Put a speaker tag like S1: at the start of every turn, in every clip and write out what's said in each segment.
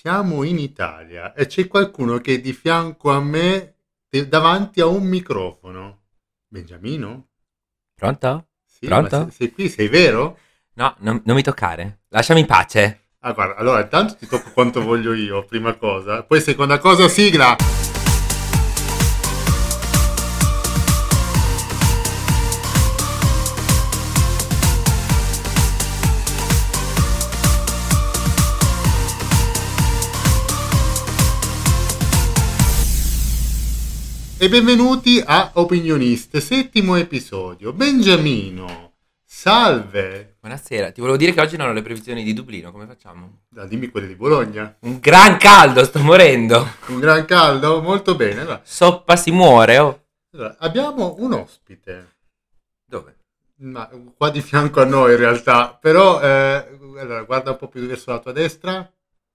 S1: siamo in Italia e c'è qualcuno che è di fianco a me eh, davanti a un microfono. Beniamino?
S2: Pronto?
S1: Sì,
S2: Pronto?
S1: ma se- sei qui, sei vero?
S2: No, non, non mi toccare. Lasciami in pace.
S1: Ah, guarda, allora intanto ti tocco quanto voglio io, prima cosa. Poi seconda cosa, sigla! E benvenuti a Opinioniste, settimo episodio. Bengiamino, salve!
S2: Buonasera, ti volevo dire che oggi non ho le previsioni di Dublino, come facciamo?
S1: Ah, dimmi quelle di Bologna.
S2: Un gran caldo, sto morendo.
S1: Un gran caldo? Molto bene. Allora,
S2: Soppa si muore, oh.
S1: Allora, abbiamo un ospite,
S2: Dove?
S1: ma qua di fianco a noi in realtà, però eh, allora, guarda un po' più verso la tua destra,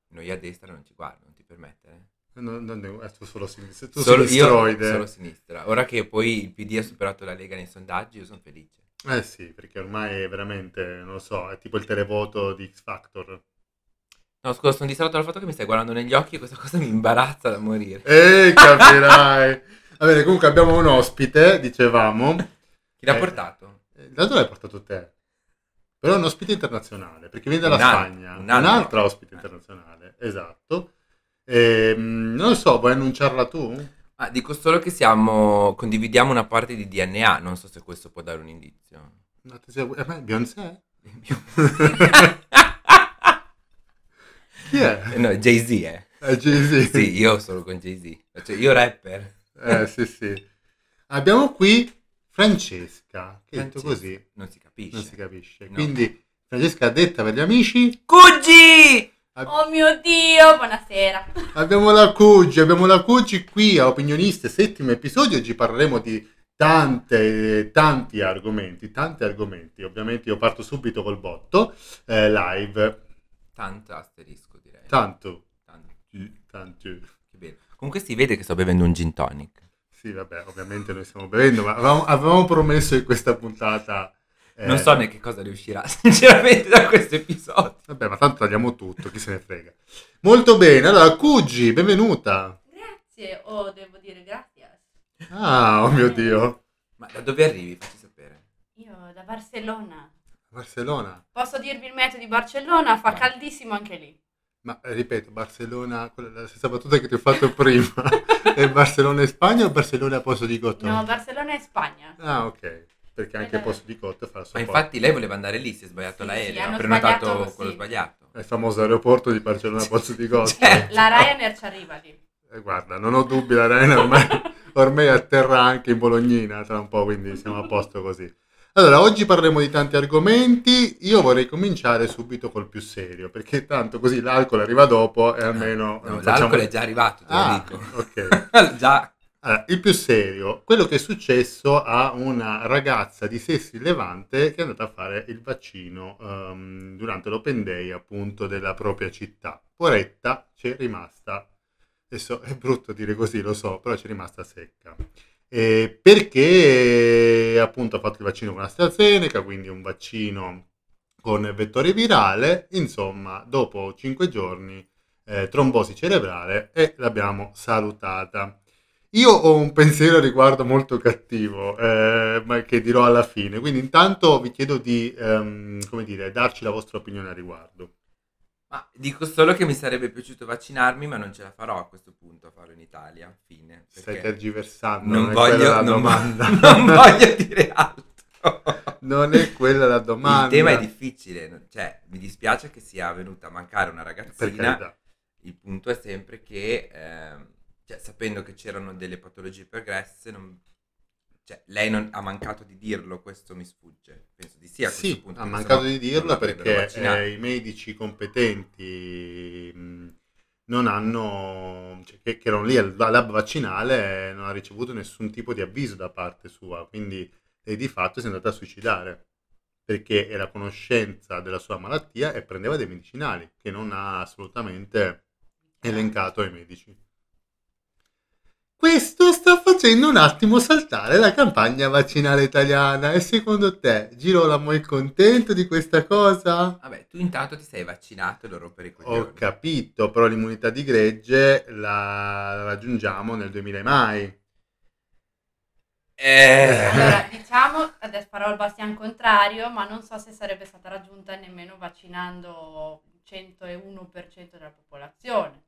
S2: Noi a destra non ci guardo, non ti permettere.
S1: non, non, eh, tu solo sinistra, tu
S2: Solo io,
S1: sinistroide.
S2: solo sinistra. Ora che poi il PD ha superato la Lega nei sondaggi, io sono felice.
S1: Eh sì, perché ormai è veramente, non lo so, è tipo il televoto di X Factor.
S2: No, scusa, sono distratto dal fatto che mi stai guardando negli occhi e questa cosa mi imbarazza da morire.
S1: E capirai! Va bene, comunque abbiamo un ospite, dicevamo.
S2: Chi l'ha
S1: Eh,
S2: portato?
S1: Eh, Da dove l'hai portato te? Però è un ospite internazionale, perché viene dalla
S2: Un altro,
S1: Spagna.
S2: un altro. Eh.
S1: Un'altra ospite internazionale, esatto. Ehm, non lo so, vuoi annunciarla tu?
S2: Ah, dico solo che siamo, condividiamo una parte di DNA, non so se questo può dare un indizio.
S1: No, ti sei- eh, ma è Beyoncé? Chi è?
S2: no, Jay-Z, eh.
S1: È Jay-Z.
S2: Sì, io sono con Jay-Z. Cioè, io rapper.
S1: Eh, sì, sì. Abbiamo qui Francesca, che detto così
S2: Non si capisce.
S1: non si capisce.
S2: No.
S1: Quindi Francesca detta per gli amici,
S2: Cuggi!
S3: Oh mio Dio, buonasera.
S1: abbiamo la Cugi, abbiamo la Cugi qui a Opinioniste, settimo episodio, oggi parleremo di tante, tanti argomenti, tanti argomenti. Ovviamente io parto subito col botto, eh, live,
S2: Tanto asterisco, direi.
S1: tanto,
S2: Tanto.
S1: tanto.
S2: Che bene. Comunque si vede che sto bevendo un gin tonic.
S1: Sì, vabbè, ovviamente noi stiamo bevendo, ma avevamo, avevamo promesso in questa puntata... eh,
S2: Non so neanche cosa ne uscirà, sinceramente, da questo episodio.
S1: Vabbè, ma tanto tagliamo tutto, chi se ne frega. Molto bene, allora Cugi, benvenuta.
S3: Grazie, oh devo dire grazie.
S1: Ah, oh mio Dio.
S2: Ma da dove arrivi? Facci sapere.
S3: Io da Barcellona.
S1: Barcellona.
S3: Posso dirvi il meteo di Barcellona? Fa caldissimo anche lì.
S1: Ma eh, ripeto, Barcellona, quella, la stessa battuta che ti ho fatto prima. è Barcellona in Spagna o Barcellona a Posto di Cotto?
S3: No, Barcellona è Spagna.
S1: Ah, ok. Perché anche a Posto di Cotto fa il suo
S2: Ma infatti lei voleva andare lì, si è sbagliato
S3: Sì, sì,
S2: l'aereo, ha
S3: hanno
S2: prenotato
S3: sbagliato,
S2: quello
S3: sì.
S2: sbagliato.
S1: porto. È il famoso aeroporto di Barcellona a Posto di Cotto.
S2: Certo.
S3: La Ryanair ci arriva lì.
S1: Eh, guarda, non ho dubbi, la Reina ormai, ormai atterra anche in Bolognina tra un po', quindi siamo a posto così. Allora, oggi parleremo di tanti argomenti, io vorrei cominciare subito col più serio, perché tanto così l'alcol arriva dopo e almeno...
S2: No,
S1: non
S2: l'alcol
S1: facciamo-
S2: è già arrivato, te
S1: Ah,
S2: lo dico.
S1: ok.
S2: già.
S1: Allora, Ah, il più serio, quello che è successo a una ragazza di Sessi Levante che è andata a fare il vaccino ehm, durante l'open day appunto della propria città. Poretta c'è rimasta, adesso è brutto dire così, lo so, però c'è rimasta secca. Eh, perché eh, appunto ha fatto il vaccino con AstraZeneca, quindi un vaccino con vettore virale, insomma, dopo 5 giorni eh, trombosi cerebrale e l'abbiamo salutata. Io ho un pensiero a riguardo molto cattivo, eh, ma che dirò alla fine. Quindi, intanto vi chiedo di ehm, come dire, darci la vostra opinione a riguardo.
S2: Ma dico solo che mi sarebbe piaciuto vaccinarmi, ma non ce la farò a questo punto a farlo in Italia. Fine.
S1: Stai
S2: Perché
S1: tergiversando,
S2: non,
S1: non, è quella
S2: voglio,
S1: la
S2: non,
S1: domanda.
S2: non voglio dire altro.
S1: Non è quella la domanda.
S2: Il tema è difficile, non- cioè mi dispiace che sia venuta a mancare una
S1: Per
S2: ragazzina.
S1: carità.
S2: Il punto è sempre che, ehm, cioè, sapendo che c'erano delle patologie pregresse, non- cioè, lei non- ha mancato di dirlo, questo mi sfugge. Penso di sì a questo
S1: Sì,
S2: punto.
S1: ha
S2: che
S1: mancato
S2: sennò
S1: di
S2: non
S1: dirla
S2: l'avrebbero
S1: perché
S2: vaccinata.
S1: eh, i medici competenti mh, non hanno, cioè, che, che erano lì al al lab vaccinale, eh, non ha ricevuto nessun tipo di avviso da parte sua, quindi lei di fatto si è andata a suicidare perché era a conoscenza della sua malattia e prendeva dei medicinali che non ha assolutamente elencato ai medici. Questo sta facendo un attimo saltare la campagna vaccinale italiana e secondo te Girolamo è contento di questa cosa?
S2: Vabbè, tu intanto ti sei vaccinato e lo rompere i coglioni.
S1: Ho capito, però l'immunità di gregge la raggiungiamo nel 2000 e mai.
S2: Eh,
S3: Allora, diciamo, adesso farò il bastian contrario, ma non so se sarebbe stata raggiunta nemmeno vaccinando il 101% della popolazione.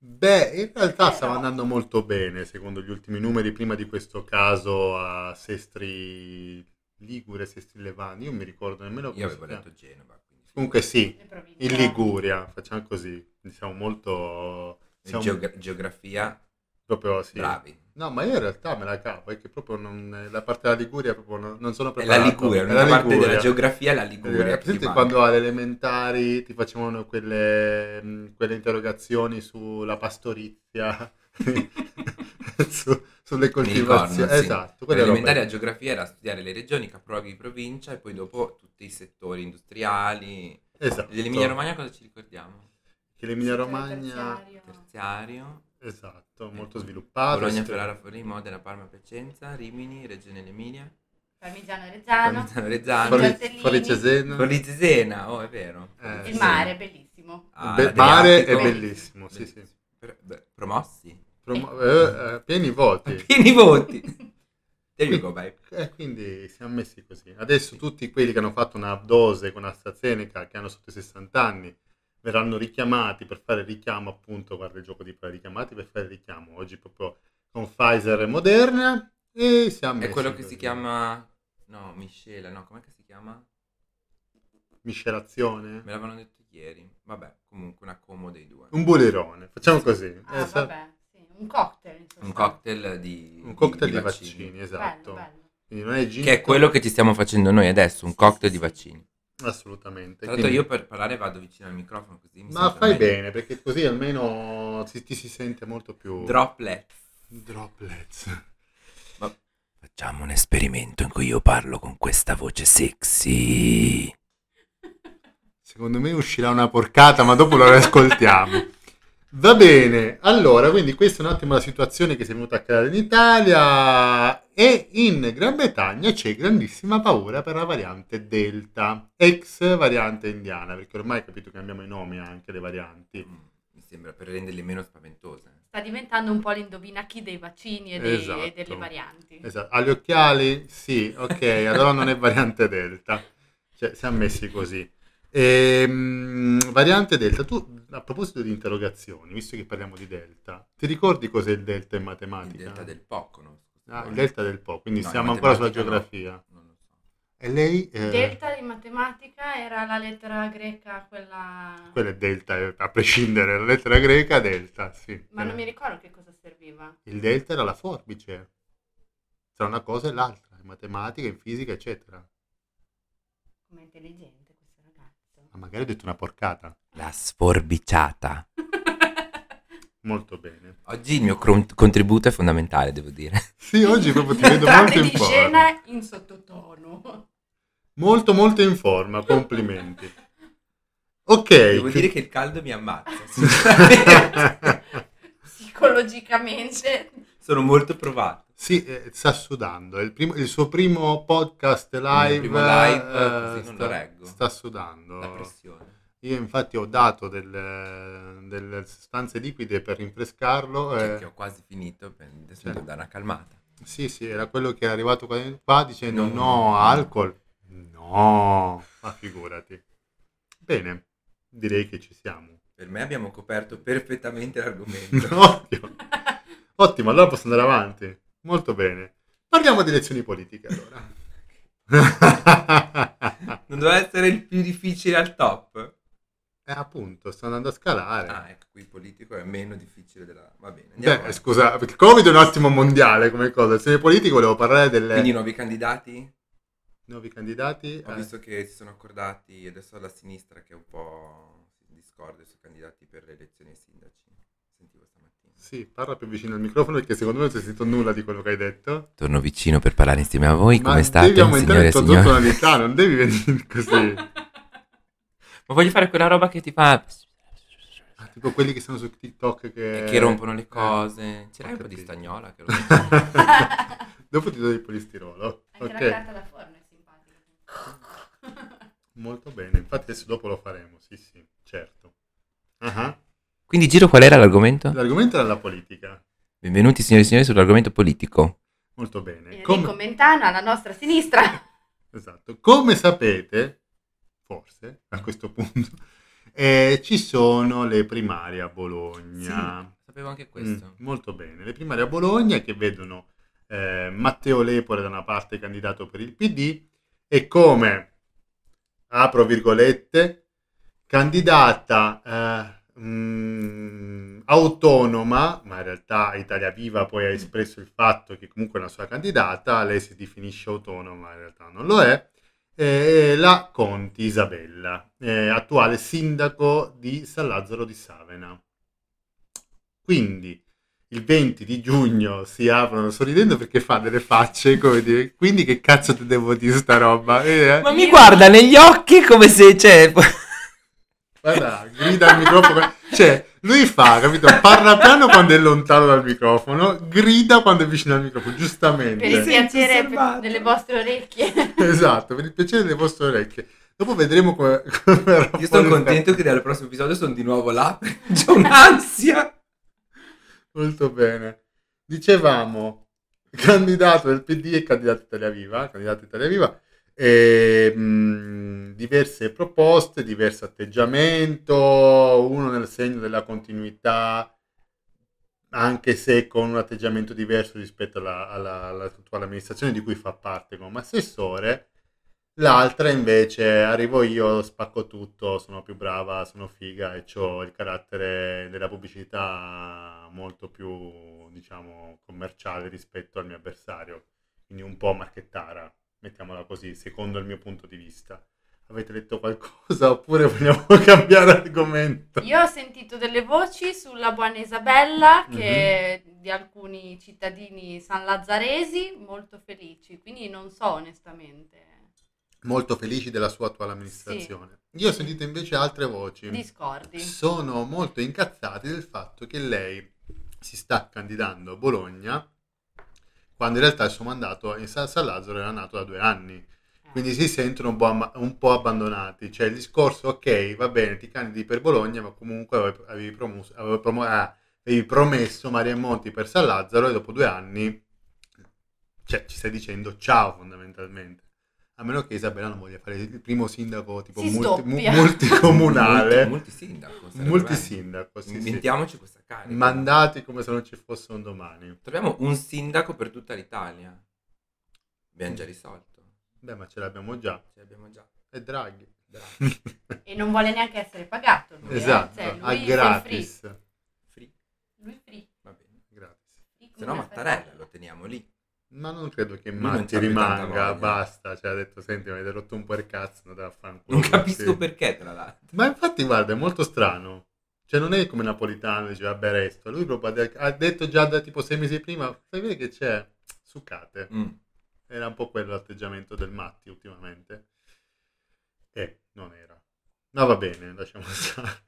S1: Beh, in realtà
S3: Eh,
S1: stava
S3: no.
S1: andando molto bene, secondo gli ultimi numeri, prima di questo caso a Sestri Ligure, Sestri Levani, io non mi ricordo nemmeno
S2: io
S1: come si
S2: avevo
S1: chiama.
S2: detto Genova. Quindi.
S1: Comunque sì,
S3: Le province.
S1: in Liguria, facciamo così, siamo molto... Siamo
S2: Geogra- geografia,
S1: proprio sì.
S2: bravi.
S1: No, ma io in realtà me la cavo, è che proprio non, la parte della Liguria proprio non, non sono
S2: È la
S1: preparato.
S2: Liguria, una parte della geografia è la Liguria.
S1: Eh,
S2: che
S1: Senti
S2: ti
S1: quando
S2: manca.
S1: alle elementari ti facevano quelle, mh, quelle interrogazioni sulla pastorizia, su- sulle
S2: Mi
S1: coltivazioni.
S2: ricordo, sì.
S1: Esatto, quelle
S2: L'elementare
S1: robe.
S2: a geografia era studiare le regioni, capoluoghi di provincia e poi dopo tutti i settori industriali.
S1: Esatto.
S2: Dell'Emilia Romagna cosa ci ricordiamo?
S1: Che l'Emilia Romagna,
S3: Terziario.
S2: Terziario,
S1: esatto, molto sviluppato.
S2: Bologna,
S1: stre-
S2: Ferrara, Forlì, Modena, Parma, Piacenza, Rimini, Reggio Emilia,
S3: Parmigiano e Reggiano,
S2: Parmigiano Reggiano,
S1: Forlì-
S3: Tortellini.
S1: Forlì Cesena.
S2: Forlì Cesena, oh è vero.
S1: Eh,
S2: Forlì
S3: il
S1: sì.
S2: Cesena.
S3: mare, bellissimo.
S2: Ah,
S1: Be-
S2: l'Adriatico.
S1: mare è
S3: bellissimo,
S1: sì, sì.
S2: Per- beh, promossi?
S1: Promo- eh, eh, pieni voti.
S2: Pieni voti! There you go, vai.
S1: E Eh, quindi siamo messi così. Adesso tutti quelli che hanno fatto una dose con AstraZeneca, che hanno sotto i 60 anni, verranno richiamati per fare il richiamo, appunto, guarda il gioco di fare richiamati per fare il richiamo. Oggi proprio con Pfizer e Moderna e siamo
S2: È
S1: messi
S2: quello che
S1: così.
S2: si chiama... No, miscela, no, com'è che si chiama?
S1: miscelazione,
S2: Me l'avevano detto ieri. Vabbè, comunque una combo dei due.
S1: un bulerone, facciamo così.
S3: Ah,
S1: Eh, sa-
S3: vabbè, sì, un cocktail. in
S2: Un
S3: sostanza.
S2: cocktail di...
S1: un cocktail di, vaccini, esatto.
S3: Bello, bello.
S1: Quindi non è gin-
S2: Che è quello che ci stiamo facendo noi adesso, un cocktail di vaccini.
S1: assolutamente.
S2: Tra l'altro
S1: Quindi-
S2: io per parlare vado vicino al microfono così mi
S1: Ma
S2: sento
S1: fai
S2: meglio.
S1: bene perché così almeno ti, ti si sente molto più
S2: Droplet.
S1: droplets.
S2: Facciamo un esperimento in cui io parlo con questa voce sexy.
S1: Secondo me uscirà una porcata, ma dopo la riascoltiamo. Va bene, allora, quindi questa è un attimo la situazione che si è venuta a creare in Italia e in Gran Bretagna c'è grandissima paura per la variante Delta, ex variante indiana, perché ormai capito cambiamo i nomi anche le varianti.
S2: Mm, Mi sembra per renderle meno spaventose.
S3: Sta diventando un po' l'indovina chi dei vaccini e, dei-
S1: Esatto.
S3: e delle varianti.
S1: Esatto, agli occhiali? Sì, ok, allora non è variante Delta. Cioè, siamo messi così. Ehm, variante Delta, tu a proposito di interrogazioni, visto che parliamo di Delta, ti ricordi cos'è il Delta in
S2: Il
S1: matematica?
S2: delta del Po conosco.
S1: Ah, il delta del Po, quindi
S2: No,
S1: siamo
S2: in
S1: ancora sulla
S2: matematica no.
S1: geografia.
S2: Non lo so.
S1: E lei? eh,
S3: Delta in matematica era la lettera greca, quella...
S1: Quella è Delta, eh, a prescindere dalla lettera greca, Delta, sì.
S3: Ma non mi
S1: Eh,
S3: ricordo che cosa serviva.
S1: Il Delta era la forbice tra una cosa e l'altra, in matematica, in fisica, eccetera.
S3: Com'è intelligente questo ragazzo.
S1: Ma magari ho detto una porcata.
S2: La sforbiciata.
S1: Molto bene.
S2: Oggi il mio cron- contributo è fondamentale, devo dire.
S1: Sì, oggi proprio ti vedo
S3: Entrate
S1: molto in
S3: di
S1: forma.
S3: scena in sottotono.
S1: Molto, molto in forma, complimenti. Ok.
S2: Devo
S1: chi-
S2: dire che il caldo mi ammazza. sinceramente.
S3: Psicologicamente.
S2: Sono molto provato.
S1: sì, eh, sta sudando. È il, primo- il suo primo podcast live.
S2: Il primo live,
S1: eh,
S2: così non
S1: sta,
S2: lo reggo.
S1: sta sudando.
S2: La pressione.
S1: Io infatti ho dato del- delle sostanze liquide per rinfrescarlo. eh.
S2: Cioè, che ho quasi finito, per- adesso mi devo dare una calmata.
S1: Sì, sì, era quello che è arrivato qua, qua dicendo
S2: No.
S1: no, alcol. No, ma figurati. Bene, direi che ci siamo.
S2: Per me abbiamo coperto perfettamente l'argomento.
S1: Ottimo. Ottimo, allora posso andare avanti. Molto bene. Parliamo di elezioni politiche allora.
S2: Non doveva essere il più difficile al top.
S1: Eh, appunto, sto andando a scalare.
S2: Ah, ecco, qui il politico è meno difficile della... Va bene, andiamo
S1: Eh. Beh,
S2: avanti.
S1: scusa, perché il Covid è un attimo mondiale come cosa. Elezioni politiche, volevo parlare delle
S2: Quindi i nuovi candidati?
S1: nuovi candidati.
S2: Ho
S1: eh,
S2: visto che si sono accordati adesso alla sinistra che è un po' discorde sui candidati per le elezioni ai sindaci. Sentivo stamattina.
S1: Eh, Sì, parla più vicino al microfono perché secondo me non si è sentito nulla di quello che hai detto.
S2: Torno vicino per parlare insieme a voi.
S1: Ma devi aumentare il tuo tonalità, non devi venire così.
S2: Ma voglio fare quella roba che ti fa...
S1: Ah, tipo quelli che sono su TikTok che...
S2: E che rompono le cose. C'era
S1: Ho
S2: un po' di
S1: Eh, capito.
S2: stagnola che
S1: Dopo ti do del polistirolo.
S3: Anche la
S1: Ok,
S3: carta da forno è simpatica.
S1: molto bene. Infatti adesso dopo lo faremo, sì sì, certo. Ah,
S2: Quindi giro qual era l'argomento?
S1: L'argomento era la politica.
S2: Benvenuti signori e signori sull'argomento politico.
S1: Molto bene.
S3: Enrico
S1: Come-
S3: Mentana alla nostra sinistra.
S1: Esatto. Come sapete, forse a questo punto, eh, ci sono le primarie a Bologna.
S2: Sapevo anche
S1: Mm, molto bene. Le primarie a Bologna che vedono eh, Matteo Lepore da una parte candidato per il PD e come, apro virgolette, candidata eh, mm, autonoma, ma in realtà Italia Viva poi ha espresso il fatto che comunque è una sua candidata, lei si definisce autonoma, in realtà non lo è, eh, la Conti Isabella, eh, attuale sindaco di San Lazzaro di Savena. Quindi il 20 di giugno si aprono sorridendo perché fa delle facce come dire, quindi che cazzo ti devo dire sta roba? Eh,
S2: Ma mi guarda negli occhi come se cioè, c'è...
S1: Guarda, grida al microfono. Cioè, lui fa, capito? Parla piano quando è lontano dal microfono, grida quando è vicino al microfono,
S3: Per
S1: giustamente.
S3: il
S2: sento
S3: piacere
S2: osservato.
S3: delle vostre orecchie.
S1: Esatto, per il piacere delle vostre orecchie. Dopo vedremo come... come verrà
S2: Io
S1: fuori
S2: sono
S1: il-
S2: contento che dal prossimo episodio sono di nuovo là. C'è un'ansia.
S1: Molto bene. Dicevamo, candidato del PD e candidato Italia Viva, candidato Italia Viva, e, mh, diverse proposte, diverso atteggiamento, uno nel segno della continuità, anche se con un atteggiamento diverso rispetto alla, alla, all'attuale amministrazione di cui fa parte come assessore, l'altra invece arrivo io, spacco tutto, sono più brava, sono figa e ho il carattere della pubblicità molto più, diciamo, commerciale rispetto al mio avversario, quindi un po' marchettara, mettiamola così, secondo il mio punto di vista. Avete letto qualcosa oppure vogliamo cambiare argomento?
S3: Io ho sentito delle voci sulla buona Isabella che di alcuni cittadini sanlazzaresi molto felici, quindi non so onestamente.
S1: molto felici della sua attuale amministrazione. Io ho sentito invece altre voci.
S3: Discordi.
S1: Sono molto incazzati del fatto che lei si sta candidando a Bologna quando in realtà il suo mandato in San San Lazzaro era nato da due anni.
S3: Eh.
S1: Quindi si sentono un po', amma- un po' abbandonati. Cioè il discorso, ok, va bene, ti candidi per Bologna, ma comunque avevi, avevi promus- avevi promo- ah, avevi promesso Maria Monti per San Lazzaro e dopo due anni cioè, ci stai dicendo ciao fondamentalmente. A meno che Isabella non voglia fare il primo sindaco tipo
S3: Si
S1: multi- mu-
S3: stoppia.
S1: multicomunale,
S2: Molti sindaco. sarebbe
S1: multisindaco,
S2: bello.
S1: sì, sì.
S2: Inventiamoci questa carica.
S1: mandati come se non ci fosse un domani.
S2: Troviamo un sindaco per tutta l'Italia. Abbiamo già risolto.
S1: Beh, ma ce l'abbiamo già.
S2: Ce l'abbiamo già.
S1: È Draghi.
S3: E non vuole neanche essere pagato. Lui, eh.
S1: esatto,
S3: Cioè, lui
S1: a
S3: sei free.
S1: gratis.
S2: Free.
S3: Lui free.
S2: Va bene.
S1: Gratis.
S3: Free
S2: Se
S3: come
S2: no
S3: una
S2: Mattarella
S3: spagnola.
S2: lo teniamo lì.
S1: Ma non credo che
S2: Lui non
S1: Matti
S2: c'ha più tanta
S1: rimanga,
S2: voglia.
S1: basta. Cioè, ha detto, senti, mi avete rotto un po' il cazzo, andate a fanculo.
S2: Non capisco
S1: Sì.
S2: perché, tra l'altro.
S1: Ma infatti, guarda, è molto strano. Cioè, non è come Napolitano, dice, vabbè, resto. Lui proprio ha de- ha detto già da tipo sei mesi prima, fai vedere che c'è, succate.
S2: Mm.
S1: Era un po' quello l'atteggiamento del Matti ultimamente. E non era. Ma va bene, lasciamo stare.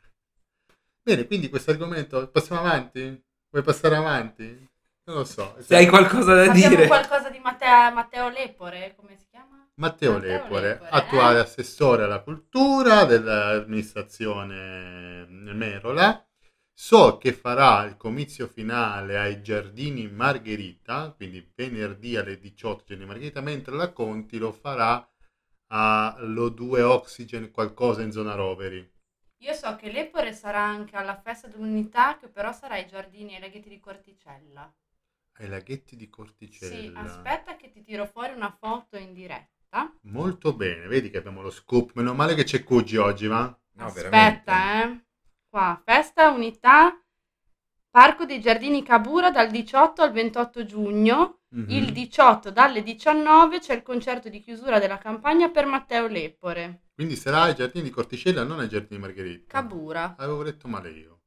S1: Bene, quindi questo argomento, passiamo avanti? Vuoi passare avanti? Non lo so.
S2: Se hai qualcosa da
S3: Abbiamo
S2: dire.
S3: qualcosa di Matteo, Matteo Lepore, come si chiama?
S1: Matteo
S3: Matteo
S1: Lepore,
S3: Lepore,
S1: attuale
S3: eh?
S1: assessore alla cultura dell'amministrazione Merola. So che farà il comizio finale ai Giardini Margherita, quindi venerdì alle 18 Giardini Margherita, mentre la Conti lo farà allo 2 Oxygen qualcosa in zona Roveri.
S3: Io so che Lepore sarà anche alla festa dell'unità, che però sarà ai giardini e ai laghetti di Corticella.
S1: Ai laghetti di
S3: Sì,
S1: Corticella.
S3: aspetta che ti tiro fuori una foto in diretta.
S1: Molto bene, vedi che abbiamo lo scoop. Meno male che c'è Cuggi oggi, va?
S2: No, veramente.
S3: aspetta, eh. Qua, festa unità, Parco dei Giardini Cabura dal 18 al 28 giugno.
S1: Mhm.
S2: Mm.
S3: Il 18 dalle 19 c'è il concerto di chiusura della campagna per Matteo Lepore.
S1: Quindi sarà ai Giardini di Corticella, non ai Giardini Margherita.
S3: Cabura.
S1: Avevo letto male io.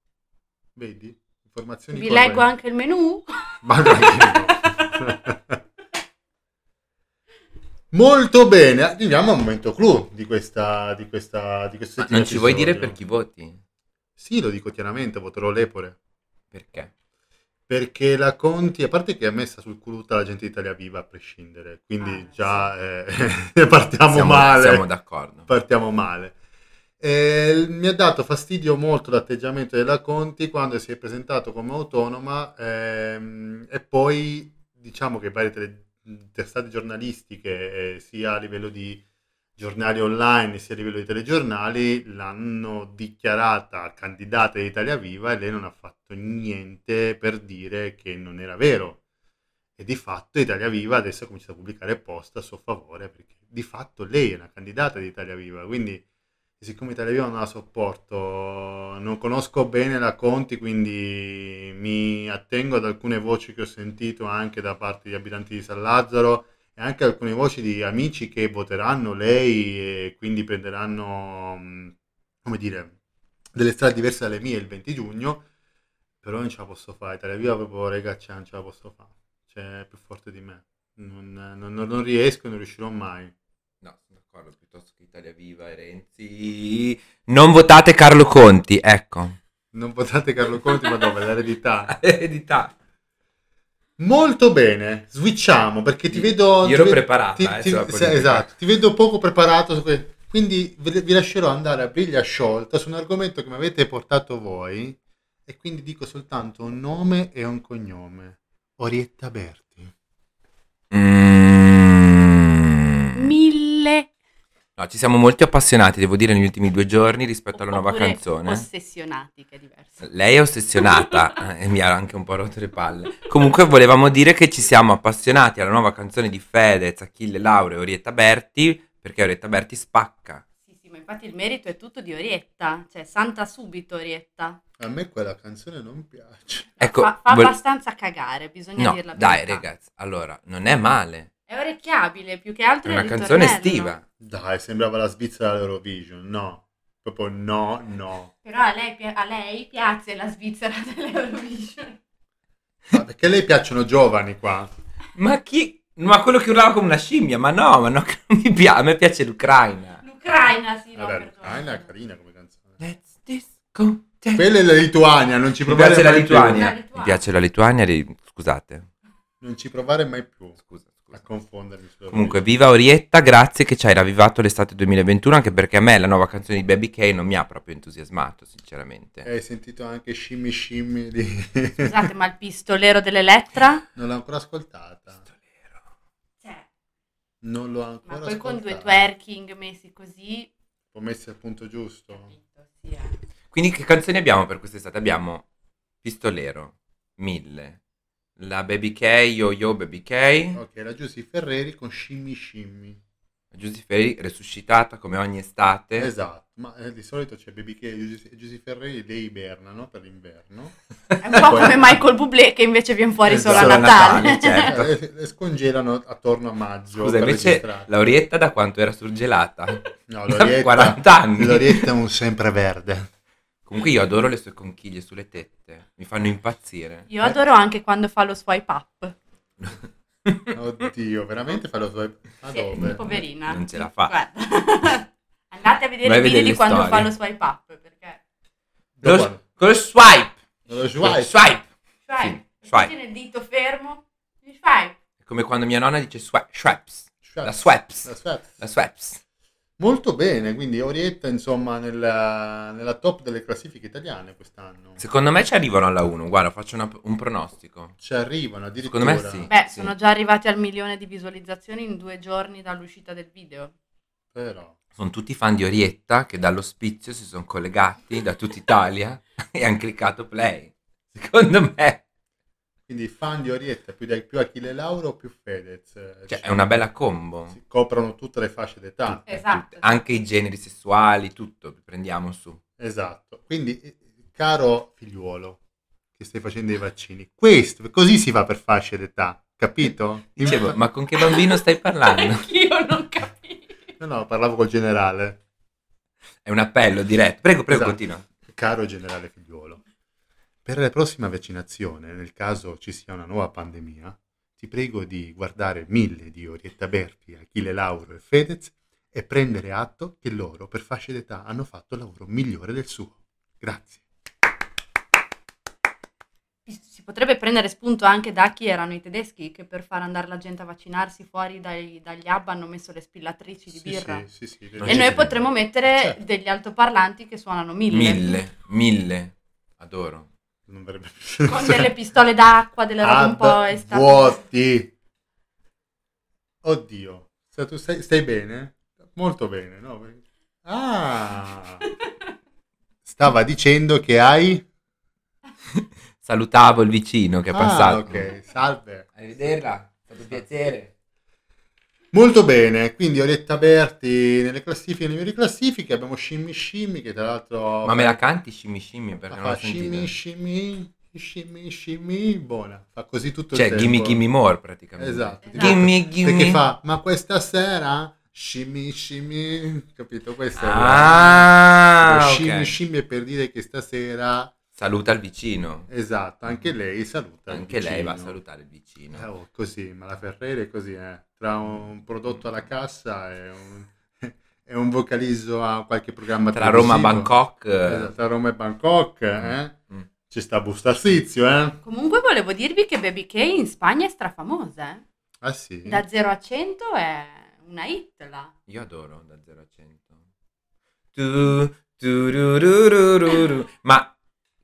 S1: Vedi? Informazioni
S3: Vi
S1: corrette.
S3: leggo anche il menù.
S2: Eh.
S1: Ma dai, no. Molto bene, arriviamo al momento clou di questa di questa di questo
S2: Ma non ci vuoi dire
S1: episodio.
S2: per chi voti?
S1: Sì, lo dico chiaramente, voterò Lepore.
S2: Perché?
S1: Perché la Conti, a parte che è messa sul culo tutta la gente di Italia Viva a prescindere, quindi
S3: Ah,
S1: già eh, partiamo
S2: siamo,
S1: male.
S2: Siamo d'accordo.
S1: partiamo male. Eh, mi ha dato fastidio molto l'atteggiamento della Conti quando si è presentato come autonoma ehm, e poi diciamo che varie tele- testate giornalistiche eh, sia a livello di giornali online sia a livello di telegiornali l'hanno dichiarata candidata di Italia Viva e lei non ha fatto niente per dire che non era vero e di fatto Italia Viva adesso ha cominciato a pubblicare post a suo favore perché di fatto lei è una candidata di Italia Viva quindi siccome Italia Viva non la sopporto non conosco bene la Conti quindi mi attengo ad alcune voci che ho sentito anche da parte di abitanti di San Lazzaro e anche alcune voci di amici che voteranno lei e quindi prenderanno mh, come dire delle strade diverse dalle mie il 20 giugno però non ce la posso fare Italia Viva proprio regaccia non ce la posso fare cioè è più forte di me. Non, non- non- non riesco e non riuscirò mai.
S2: No, sono d'accordo, piuttosto che Italia Viva e Renzi. Non votate Carlo Conti, ecco.
S1: Non votate Carlo Conti, ma dove? L'eredità.
S2: Eredità.
S1: Molto bene, switchiamo perché ti vedo...
S2: Io
S1: ti
S2: ero
S1: ve-
S2: preparata,
S1: ti-
S2: eh,
S1: ti-
S2: sulla
S1: sì,
S2: politica.
S1: esatto, ti vedo poco preparato. su que- Quindi ve- vi lascerò andare a briglia sciolta su un argomento che mi avete portato voi e quindi dico soltanto un nome e un cognome. Orietta Berti.
S2: Mm.
S3: Mille.
S2: No, ci siamo molto appassionati, devo dire, negli ultimi due giorni rispetto alla nuova
S3: oppure
S2: canzone.
S3: Ossessionati, che è diverso.
S2: Lei è ossessionata eh, e mi ha anche un po' rotto le palle. Comunque volevamo dire che ci siamo appassionati alla nuova canzone di Fedez, Achille Lauro e Orietta Berti, perché Orietta Berti spacca.
S3: Sì, sì, ma infatti il merito è tutto di Orietta, cioè santa subito Orietta.
S1: A me quella canzone non piace.
S2: Ecco,
S3: fa, fa
S2: vol-
S3: abbastanza cagare, bisogna
S2: No,
S3: dirla
S2: dai
S3: verità.
S2: ragazzi, allora, non è male,
S3: È orecchiabile, più che altro
S2: è
S3: il
S2: una canzone
S3: ritornello.
S2: estiva.
S1: Dai, sembrava la Svizzera all'Eurovision. No, proprio no, no.
S3: Però a lei, pi- a lei piace la Svizzera dell'Eurovision.
S1: Ma perché a lei piacciono giovani qua?
S2: Ma chi... Ma quello che urlava come una scimmia, ma no, ma no, mi piace, a me piace l'Ucraina.
S3: L'Ucraina, sì, no,
S1: Vabbè,
S3: perdono.
S1: l'Ucraina è carina come canzone.
S2: Let's disco.
S1: Quella è la Lituania, non ci
S2: Mi
S1: provare
S2: piace la
S1: mai
S2: Lituania.
S3: La Lituania.
S2: Mi piace la Lituania, ri- scusate.
S1: più. Non ci provare mai più
S2: Scusa, scusa.
S1: a confondermi. sulla
S2: Comunque,
S1: religione.
S2: viva Orietta, grazie che ci hai ravvivato l'estate 2021, anche perché a me la nuova canzone di Baby K non mi ha proprio entusiasmato, sinceramente.
S1: Eh, Hai sentito anche Scimmi Scimmi di...
S3: Scusate, ma il pistolero dell'Elettra?
S1: non l'ho ancora ascoltata.
S3: Cioè,
S1: Non l'ho
S3: ma
S1: ancora
S3: poi
S1: ascoltata.
S3: con due twerking messi così...
S1: Ho messo al punto giusto.
S3: Capito, sì, eh.
S2: Quindi che canzoni abbiamo per quest'estate? Abbiamo Pistolero, Mille, la Baby K, Yo Yo Baby K,
S1: Ok, la Giussi Ferreri con Scimmi Scimmi.
S2: Giusy Ferri resuscitata come ogni estate.
S1: Esatto, ma eh, di solito c'è Baby K e Giussi- e Giussi Ferreri e lei ibernano per l'inverno.
S3: È un po'
S1: Poi-
S3: come Michael Bublé che invece viene fuori solo a
S1: Solo a
S3: Natale.
S2: Esatto. Natale, certo.
S1: Eh, le scongelano attorno a maggio.
S2: Scusa,
S1: per
S2: invece
S1: registrare.
S2: la Orietta da quanto era surgelata?
S1: No,
S2: Da
S1: l'Orietta,
S2: 40 anni.
S1: L'Orietta è un sempreverde.
S2: Comunque io adoro le sue conchiglie sulle tette, mi fanno impazzire.
S3: Io adoro anche quando fa lo swipe up.
S2: Eh?
S1: Oddio, veramente fa lo swipe Ma
S3: Sì,
S1: dove?
S3: poverina.
S2: Non ce la fa.
S3: Guarda. Andate a vedere
S2: Vai a
S3: i video
S2: vedere
S3: di
S2: le
S3: quando
S2: storie.
S3: fa lo swipe up. Perché...
S2: Lo-
S1: Dopo-
S2: con lo swipe.
S1: Lo
S2: Lo
S1: swipe.
S2: swipe.
S3: Swipe.
S2: Sì, swipe.
S3: Tiene il cioè, dito fermo. Mi fai.
S2: È come quando mia nonna dice swipe, swaps,
S1: Swipe.
S2: La swipes.
S1: La swipe.
S2: la swaps.
S1: Molto bene, quindi Orietta insomma nella, nella top delle classifiche italiane quest'anno.
S2: Secondo me ci arrivano alla 1, guarda, faccio una- un pronostico.
S1: Ci arrivano addirittura.
S2: Secondo me sì.
S3: Beh, sono già arrivati al milione di visualizzazioni in due giorni dall'uscita del video.
S1: Però.
S2: Sono tutti fan di Orietta che dall'ospizio si sono collegati da tutta Italia e hanno cliccato play. Secondo me,
S1: Quindi fan di Orietta, più, da- più Achille Lauro o più Fedez. Eh,
S2: cioè,
S1: ci-
S2: è una bella combo.
S1: Si coprono tutte le fasce d'età.
S2: Tutte,
S3: Esatto.
S2: tutte. Anche i generi sessuali, tutto, prendiamo su.
S1: Esatto. Quindi, eh, caro figliuolo, che stai facendo i vaccini, questo, così si va per fasce d'età, capito?
S2: Dicevo, ma con che bambino stai parlando?
S3: Anch'io non capisco.
S1: No, no, parlavo col generale,
S2: È un appello diretto. Prego, prego,
S1: Esatto.
S2: continua.
S1: caro generale figliuolo. Per la prossima vaccinazione, nel caso ci sia una nuova pandemia, ti prego di guardare mille di Orietta Berti, Achille Lauro e Fedez e prendere atto che loro, per fasce d'età, hanno fatto il lavoro migliore del suo. Grazie.
S3: si potrebbe prendere spunto anche da chi erano i tedeschi che per far andare la gente a vaccinarsi fuori dai- dagli hub hanno messo le spillatrici di
S1: Sì,
S3: birra.
S1: sì, sì, sì,
S3: E noi
S1: sì.
S3: potremmo mettere
S1: Certo.
S3: degli altoparlanti che suonano mille,
S2: Mille, mille. Adoro.
S1: Non avrebbe più
S3: con
S1: senso.
S3: delle pistole d'acqua, delle robe un
S1: Hub
S3: po' estate.
S1: vuoti. Oddio, Se tu stai, stai bene? Molto bene, no? Perché- Ah! Stava dicendo che hai...
S2: Salutavo il vicino che è
S1: Ah,
S2: passato.
S1: ok, salve.
S2: Arrivederla, è stato un piacere.
S1: Molto bene, quindi Orietta Berti nelle classifiche, nelle migliori classifiche, abbiamo Scimmi Scimmi che tra l'altro...
S2: Ma me la canti scimmi scimmi perché
S1: fa
S2: non l'ho
S1: Scimmi
S2: sentita.
S1: Scimmi, Scimmi Scimmi, buona, fa così tutto il
S2: Cioè,
S1: tempo.
S2: gimme gimme more praticamente.
S1: Esatto.
S3: Esatto.
S2: Gimme
S1: Perché
S2: gimme.
S1: fa, ma questa sera scimmi scimmi, capito? Questa è la-
S2: Ah,
S1: lo
S2: ok.
S1: scimmi scimmi è per dire che stasera,
S2: Saluta il vicino.
S1: esatto, anche lei saluta. il
S2: Mm. Anche lei va a
S1: vicino.
S2: salutare il vicino.
S1: Eh, oh, così, ma la Ferrere è così, eh. Tra un prodotto alla cassa e un, e un vocalizzo a qualche programma
S2: Tra Roma e
S1: televisivo.
S2: Bangkok. eh,
S1: Esatto, tra Roma e Bangkok, eh.
S2: Mm.
S1: Ci sta Bustarsizio, eh.
S3: Comunque volevo dirvi che Baby K in Spagna è strafamosa, eh.
S1: Ah sì?
S3: Da 0 a 100 è una hit là.
S2: Io adoro da 0 a 100. Tu, tu, ru, ru, ru, ru, ru. Ma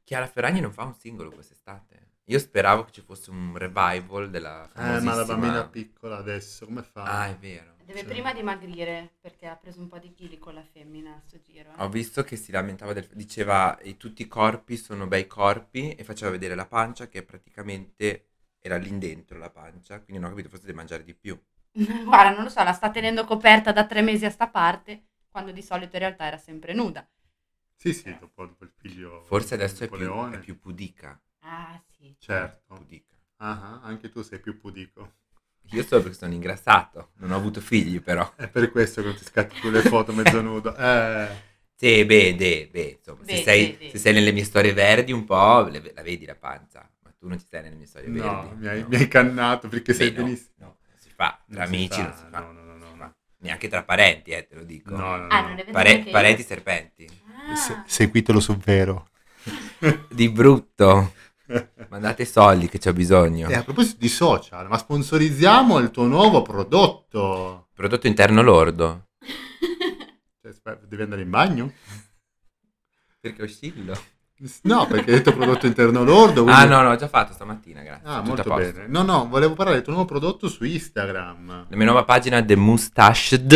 S2: Chiara Ferragni non fa un singolo quest'estate. Io speravo che ci fosse un revival della
S1: Eh,
S2: famosissima...
S1: ma la bambina piccola adesso, come fa?
S2: Ah, è vero.
S3: Deve
S1: Sì.
S3: prima dimagrire perché ha preso un po' di chili con la femmina a sto giro.
S1: Ah.
S3: eh.
S2: Ho visto che si lamentava del... Diceva "E tutti i corpi sono bei corpi e faceva vedere la pancia che praticamente era lì dentro la pancia. Quindi non ho capito, forse deve mangiare di più.
S3: Guarda, non lo so, la sta tenendo coperta da tre mesi a sta parte, quando di solito in realtà era sempre nuda.
S1: Sì, sì, dopo, dopo il figlio.
S2: Forse adesso è
S1: dopo
S2: più,
S1: Leone.
S2: è più pudica.
S3: Ah, sì.
S1: Certo.
S2: Pudica.
S1: Ah, ah, anche tu sei più pudico.
S2: Io solo perché sono ingrassato. Non ho avuto figli però.
S1: È per questo che non ti scatti più le foto mezzo nudo. Eh,
S2: Sì, beh, de- beh, insomma,
S3: Beh,
S2: se, sei,
S3: sì, sì.
S2: se sei nelle mie storie verdi un po', le- la vedi la panza, ma tu non ci sei nelle mie storie
S1: Eh, no,
S2: verdi.
S1: mi hai,
S2: no.
S1: mi hai cannato perché
S2: Beh,
S1: sei
S2: no,
S1: benissimo.
S2: no, non si fa, tra
S1: Non si
S2: amici
S1: fa,
S2: non si fa,
S1: No, no, no, no.
S2: non
S1: no.
S2: si fa. neanche tra parenti, eh, te lo dico.
S1: No, no,
S3: Ah,
S1: no.
S3: non le vedo
S2: Pare-
S3: neanche io.
S2: parenti serpenti,
S3: Ah.
S1: Se- seguitelo su vero.
S2: di brutto,
S1: e
S2: mandate soldi che c'ho bisogno.
S1: Eh, a proposito di social, ma sponsorizziamo il tuo nuovo prodotto.
S2: Prodotto interno lordo,
S1: Cioè, aspetta, devi andare in bagno?
S2: perché oscillo.
S1: No, perché hai detto prodotto interno lordo.
S2: Ah
S1: quindi-
S2: no, no, ho già fatto stamattina, grazie.
S1: Ah,
S2: tutto a
S1: molto
S2: posto.
S1: bene. No, no, volevo parlare del tuo nuovo prodotto su Instagram.
S2: La mia nuova pagina The Mustached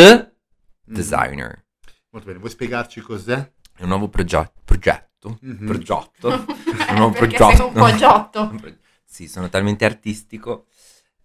S1: Mm.
S2: Designer,
S1: Molto bene, vuoi spiegarci cos'è?
S2: è un nuovo progetto, progetto,
S1: Mhm.
S2: progetto.
S3: Eh,
S2: un nuovo
S3: perché
S2: progetto.
S3: sei un po' giotto.
S2: Sì, sono talmente artistico.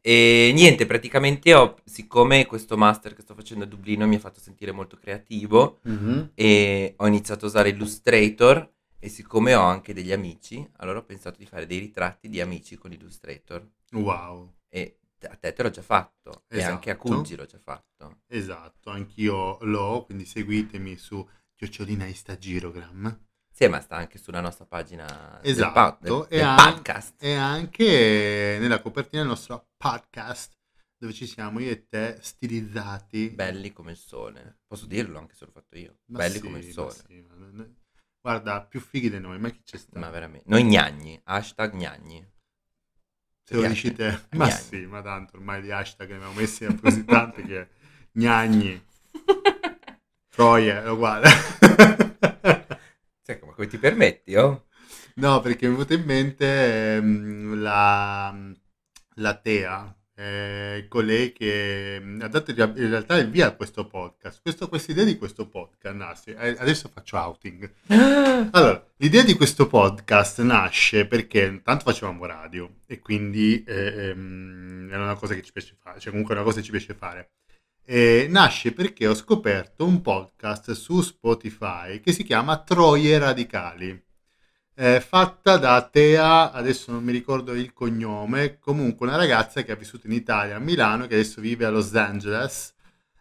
S2: E niente, praticamente ho, siccome questo master che sto facendo a Dublino mi ha fatto sentire molto creativo
S1: Mhm.
S2: e ho iniziato a usare Illustrator e siccome ho anche degli amici, allora ho pensato di fare dei ritratti di amici con Illustrator
S1: Wow,
S2: e t- a te te l'ho già fatto e
S1: Esatto.
S2: anche a Cuggi l'ho già fatto.
S1: esatto, anch'io l'ho, quindi seguitemi su Chiocciolina Instagirogram.
S2: Sì, ma sta anche sulla nostra pagina del
S1: Esatto,
S2: pa- del,
S1: e
S2: del
S1: an-
S2: podcast.
S1: E anche nella copertina del nostro podcast, dove ci siamo io e te stilizzati.
S2: Belli come il sole. Posso dirlo anche se l'ho fatto io.
S1: Ma
S2: Belli
S1: sì,
S2: come il
S1: ma
S2: sole.
S1: sì, ma non- Guarda, più fighi di noi, ma chi c'è stato?
S2: Ma veramente. Noi gnagni, hashtag gnagni.
S1: Se lo
S2: Piace.
S1: dici te, ma
S2: Gnagni.
S1: sì, ma tanto ormai di hashtag ne abbiamo messi così tanti che gnagni, troie, è uguale. ecco,
S2: Cioè, ma come ti permetti, oh?
S1: No, perché mi è venuta in mente ehm, la, la Tea, eh, colei che mm, ha dato in realtà il via a questo podcast. Questo- Questa idea di questo podcast nasce, eh, adesso faccio outing. Allora, l'idea di questo podcast nasce perché intanto facevamo radio e quindi eh, ehm, era una cosa che ci piace fare, cioè comunque è una cosa che ci piace fare. E nasce perché ho scoperto un podcast su Spotify che si chiama Troie Radicali, eh, fatta da Tea, adesso non mi ricordo il cognome, comunque una ragazza che ha vissuto in Italia, a Milano, che adesso vive a Los Angeles,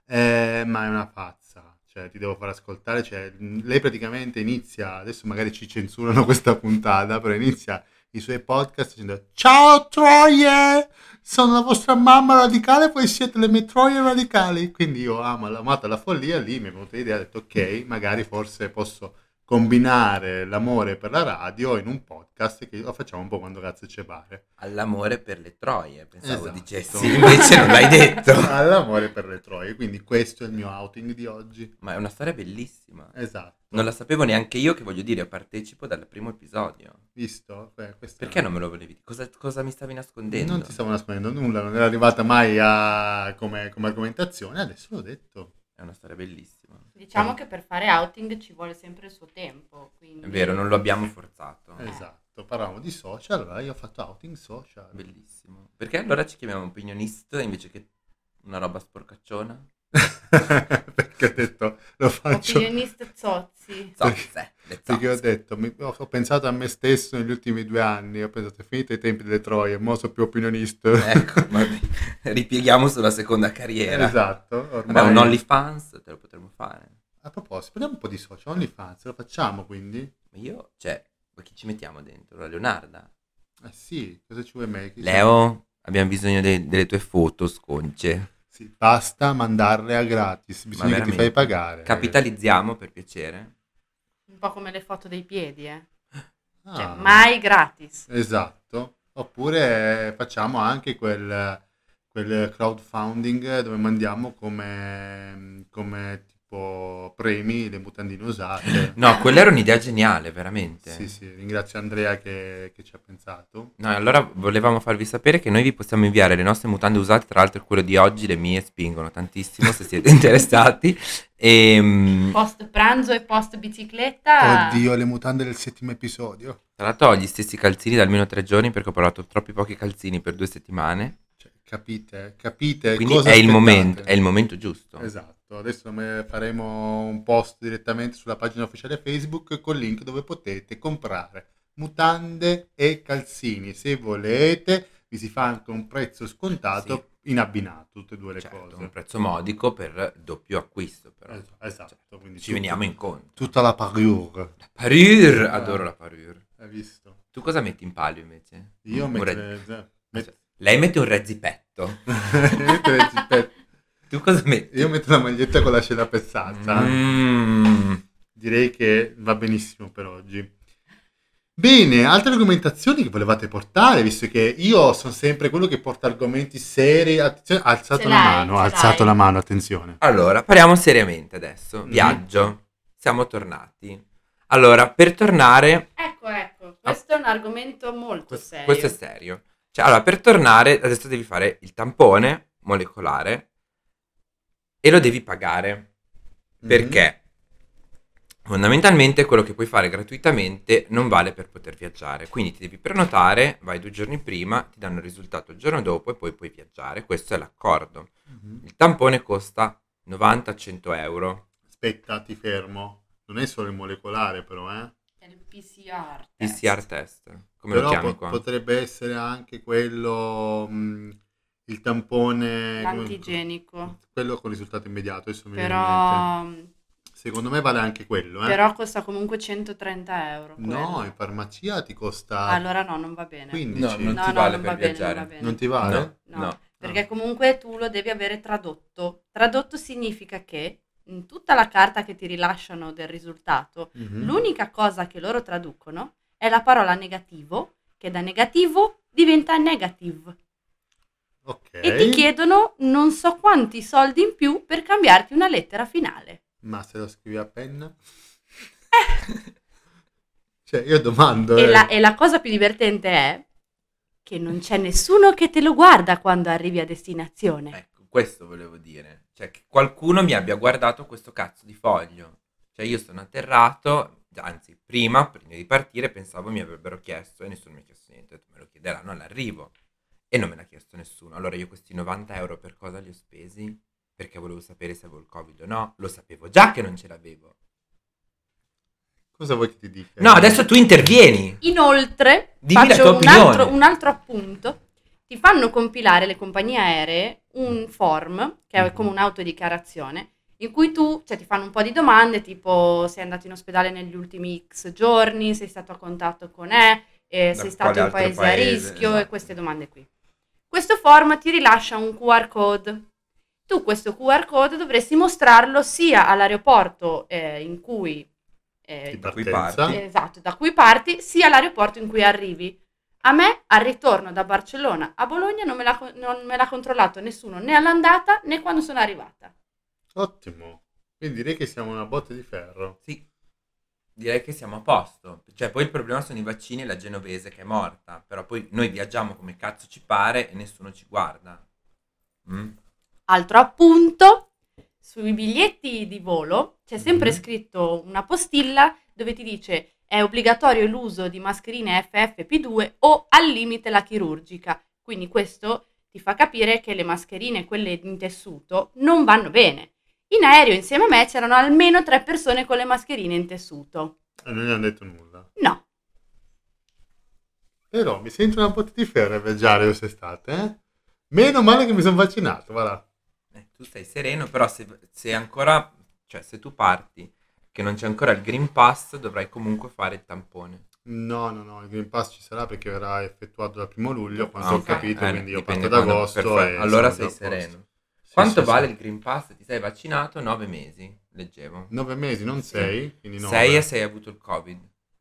S1: eh, ma è una pazza, cioè ti devo far ascoltare, cioè, mh, lei praticamente inizia, adesso magari ci censurano questa puntata, però inizia i suoi podcast dicendo ciao troie, sono la vostra mamma radicale, voi siete le mie troie radicali, quindi io amo, l'ho amata la follia, lì mi è venuta l'idea, ho detto ok, magari forse posso combinare l'amore per la radio in un podcast che lo facciamo un po' quando cazzo ci pare.
S2: All'amore per le troie, pensavo
S1: Esatto.
S2: dicessi, invece non l'hai detto.
S1: All'amore per le troie, quindi questo è il mio outing di oggi.
S2: Ma è una storia bellissima.
S1: Esatto.
S2: Non la sapevo neanche io che voglio dire, partecipo dal primo episodio.
S1: Visto? Beh, questa-
S2: Perché non me lo volevi dire? Cosa, cosa mi stavi nascondendo?
S1: Non ti stavo nascondendo nulla, non era arrivata mai a- come, come argomentazione, adesso l'ho detto.
S2: È una storia bellissima.
S3: Diciamo che per fare outing ci vuole sempre il suo tempo. Quindi...
S2: È vero, non lo abbiamo forzato.
S1: Esatto, parlavamo di social, allora io ho fatto outing social.
S2: Bellissimo. Perché allora ci chiamiamo opinionista invece che una roba sporcacciona?
S1: perché ho detto lo faccio
S3: Opinionist zozzi.
S2: Zozze, le
S1: perché ho
S2: zozze.
S1: detto mi- ho, ho pensato a me stesso negli ultimi due anni ho pensato è finito i tempi delle troie mo sono più opinionista
S2: Ecco, ma ripieghiamo sulla seconda carriera.
S1: esatto
S2: Vabbè,
S1: ormai
S2: un OnlyFans te lo potremmo fare.
S1: a proposito parliamo un po' di social OnlyFans lo facciamo quindi
S2: Ma io, cioè, ma chi ci mettiamo dentro? La Leonarda?
S1: ah sì cosa ci vuoi make
S2: Leo, abbiamo bisogno de- delle tue foto sconce.
S1: Sì, basta mandarle a gratis bisogna che ti
S2: veramente.
S1: fai pagare
S2: Capitalizziamo per piacere.
S3: Un po' come le foto dei piedi, eh.
S1: Ah.
S3: Cioè, mai gratis.
S1: Esatto. Oppure eh, facciamo anche quel, quel crowdfunding dove mandiamo come, come tipo premi le mutandine usate.
S2: No, quella era un'idea geniale, veramente.
S1: Sì, sì, ringrazio Andrea che, che ci ha pensato.
S2: No, allora volevamo farvi sapere che noi vi possiamo inviare le nostre mutande usate, tra l'altro quelle di oggi, le mie spingono tantissimo se siete interessati. E, mm,
S3: Post pranzo e post bicicletta.
S1: Oddio, le mutande del settimo episodio.
S2: tra l'altro ho gli stessi calzini da almeno tre giorni perché ho provato troppi pochi calzini per due settimane.
S1: Cioè, capite, capite
S2: Quindi
S1: cosa
S2: è il,
S1: aspettate.
S2: momento, è il momento giusto.
S1: Esatto, adesso me- faremo un post direttamente sulla pagina ufficiale Facebook col link dove potete comprare mutande e calzini. Se volete, vi si fa anche un prezzo scontato in abbinato, tutte e due le
S2: Certo, un
S1: cose.
S2: prezzo modico per doppio acquisto, però.
S1: Es- Esatto,
S2: Cioè,
S1: quindi
S2: ci
S1: tutto-
S2: veniamo Eh, incontro.
S1: Tutta la parure,
S2: Parure! Adoro la parure.
S1: hai visto?
S2: Tu cosa metti in palio invece?
S1: Io
S2: Un Eh,
S1: metto
S2: re- cioè,
S1: le- met-
S2: Lei mette un rezzipetto.
S1: metto le zippette.
S2: tu cosa metti?
S1: Io metto la maglietta con la scena pezzata.
S2: Mm.
S1: direi che va benissimo per oggi. Bene, altre argomentazioni che volevate portare, visto che io sono sempre quello che porta argomenti seri. Attenzione, ha alzato
S3: Ce
S1: la
S3: l'hai,
S1: mano,
S3: ce
S1: ha alzato
S3: l'hai.
S1: la mano, attenzione.
S2: Allora, parliamo seriamente adesso.
S1: Mm.
S2: Viaggio. Siamo tornati. Allora, per tornare...
S3: Ecco, ecco. Questo è un argomento molto
S2: Questo,
S3: serio.
S2: questo è serio. Cioè, allora, per tornare, adesso devi fare il tampone molecolare e lo devi pagare. Perché? Fondamentalmente quello che puoi fare gratuitamente non vale per poter viaggiare, quindi ti devi prenotare, vai due giorni prima, ti danno il risultato il giorno dopo e poi puoi viaggiare, questo è l'accordo.
S1: Mhm.
S2: Il tampone costa 90-100 euro,
S1: Aspetta, ti fermo. Non è solo il molecolare, però, eh.
S3: È il PCR. test.
S2: PCR test, come
S1: Però
S2: lo chiami
S1: po-
S2: qua?
S1: potrebbe essere anche quello. mh, il tampone. come-
S3: L'antigenico.
S1: Quello con risultato immediato. Adesso mi eh, viene in mente.
S3: Però,
S1: Secondo me vale anche quello, eh.
S3: però costa comunque 130 euro.
S1: No,
S3: quello.
S1: in farmacia ti costa
S3: Allora no, non va bene.
S1: 15.
S2: No, non
S3: No,
S2: ti
S3: no,
S2: vale
S3: non
S2: per
S3: va bene,
S2: viaggiare.
S3: non va bene.
S1: Non ti vale?
S2: No,
S3: No,
S2: no.
S3: perché comunque tu lo devi avere tradotto. Tradotto significa che in tutta la carta che ti rilasciano del risultato,
S1: Mhm.
S3: l'unica cosa che loro traducono è la parola negativo, che da negativo diventa negative.
S1: Ok.
S3: E ti chiedono non so quanti soldi in più per cambiarti una lettera finale.
S1: Ma se lo scrivi a penna? cioè, io domando.
S3: E
S1: eh.
S3: la, e la cosa più divertente è che non c'è nessuno che te lo guarda quando arrivi a destinazione.
S2: Ecco, questo volevo dire. Cioè, che qualcuno mi abbia guardato questo cazzo di foglio. Cioè, io sono atterrato, anzi, prima, prima di partire, pensavo mi avrebbero chiesto e nessuno mi ha chiesto niente. Ho detto, Me lo chiederanno all'arrivo. E non me l'ha chiesto nessuno. Allora io questi 90 euro per cosa li ho spesi? Perché volevo sapere se avevo il covid o no. Lo sapevo già che non ce l'avevo.
S1: Cosa vuoi che ti dica?
S2: No, adesso tu intervieni.
S3: Inoltre,
S2: Dimmi la tua
S3: faccio un
S2: opinione.
S3: altro, un altro appunto. Ti fanno compilare le compagnie aeree un form, che
S2: Mm-hmm.
S3: è come un'autodichiarazione, in cui tu, cioè ti fanno un po' di domande, tipo sei andato in ospedale negli ultimi X giorni, sei stato a contatto con E, eh,
S2: Da
S3: sei stato in
S2: quale altro
S3: paesi a
S2: paese,
S3: rischio
S2: esatto.
S3: e queste domande qui. Questo form ti rilascia un QR code. Tu questo QR code dovresti mostrarlo sia all'aeroporto eh, in cui eh, eh,
S1: Di
S2: Da cui
S1: partenza.
S2: parti.
S3: esatto, da cui parti, sia l'aeroporto in cui arrivi. A me, al ritorno da Barcellona a Bologna, non me l'ha, co- non me l'ha controllato nessuno né all'andata né quando sono arrivata.
S1: Ottimo. Quindi direi che siamo una botte di ferro.
S2: Sì, direi che siamo a posto. Cioè, poi il problema sono i vaccini e la genovese che è morta. Però poi noi viaggiamo come cazzo ci pare e nessuno ci guarda. Mm?
S3: Altro appunto, sui biglietti di volo c'è sempre
S2: Mhm.
S3: scritto una postilla dove ti dice è obbligatorio l'uso di mascherine FFP2 o al limite la chirurgica. Quindi questo ti fa capire che le mascherine, quelle in tessuto, non vanno bene. In aereo insieme a me c'erano almeno tre persone con le mascherine in tessuto.
S1: E Eh, non gli hanno detto nulla.
S3: No,
S1: Però mi sento una botte di ferro a viaggiare quest'estate. Eh? Meno male che mi sono vaccinato, voilà.
S2: Eh, tu stai sereno, però se, se ancora... Cioè, se tu parti che non c'è ancora il Green Pass, dovrai comunque fare il tampone.
S1: No, no, no, il Green Pass ci sarà perché verrà effettuato dal primo luglio, quanto
S3: Ah,
S1: ho
S3: ok.
S1: capito,
S2: Eh,
S1: quindi io parto
S2: dipende
S1: ad
S2: quando-
S1: agosto.
S2: perfetto.
S1: e
S2: allora sei
S1: sono già a posto.
S2: sereno.
S1: Sì,
S2: Quanto
S1: sì,
S2: vale
S1: sì.
S2: il Green Pass? Ti sei vaccinato 9 mesi, leggevo.
S1: 9 mesi, non 6, quindi 9.
S2: 6 e sei avuto il Covid.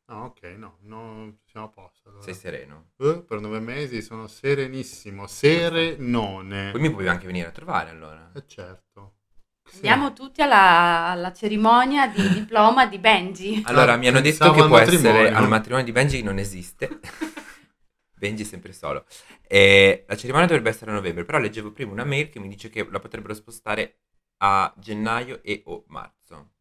S1: No, ok, no, no, siamo a posto. allora.
S2: Sei sereno.
S1: Eh, per 9 mesi sono serenissimo, serenone.
S2: Poi mi puoi anche venire a trovare allora.
S1: Eh, certo. Sì.
S3: andiamo tutti alla, alla cerimonia di diploma di Benji.
S2: Allora, mi hanno detto
S1: Ah, Pensavo
S2: che
S1: al
S2: può essere
S1: matrimonio.
S2: al matrimonio di Benji non esiste. Benji è sempre solo. E la cerimonia dovrebbe essere a novembre, però leggevo prima una mail che mi dice che la potrebbero spostare a gennaio e o marzo.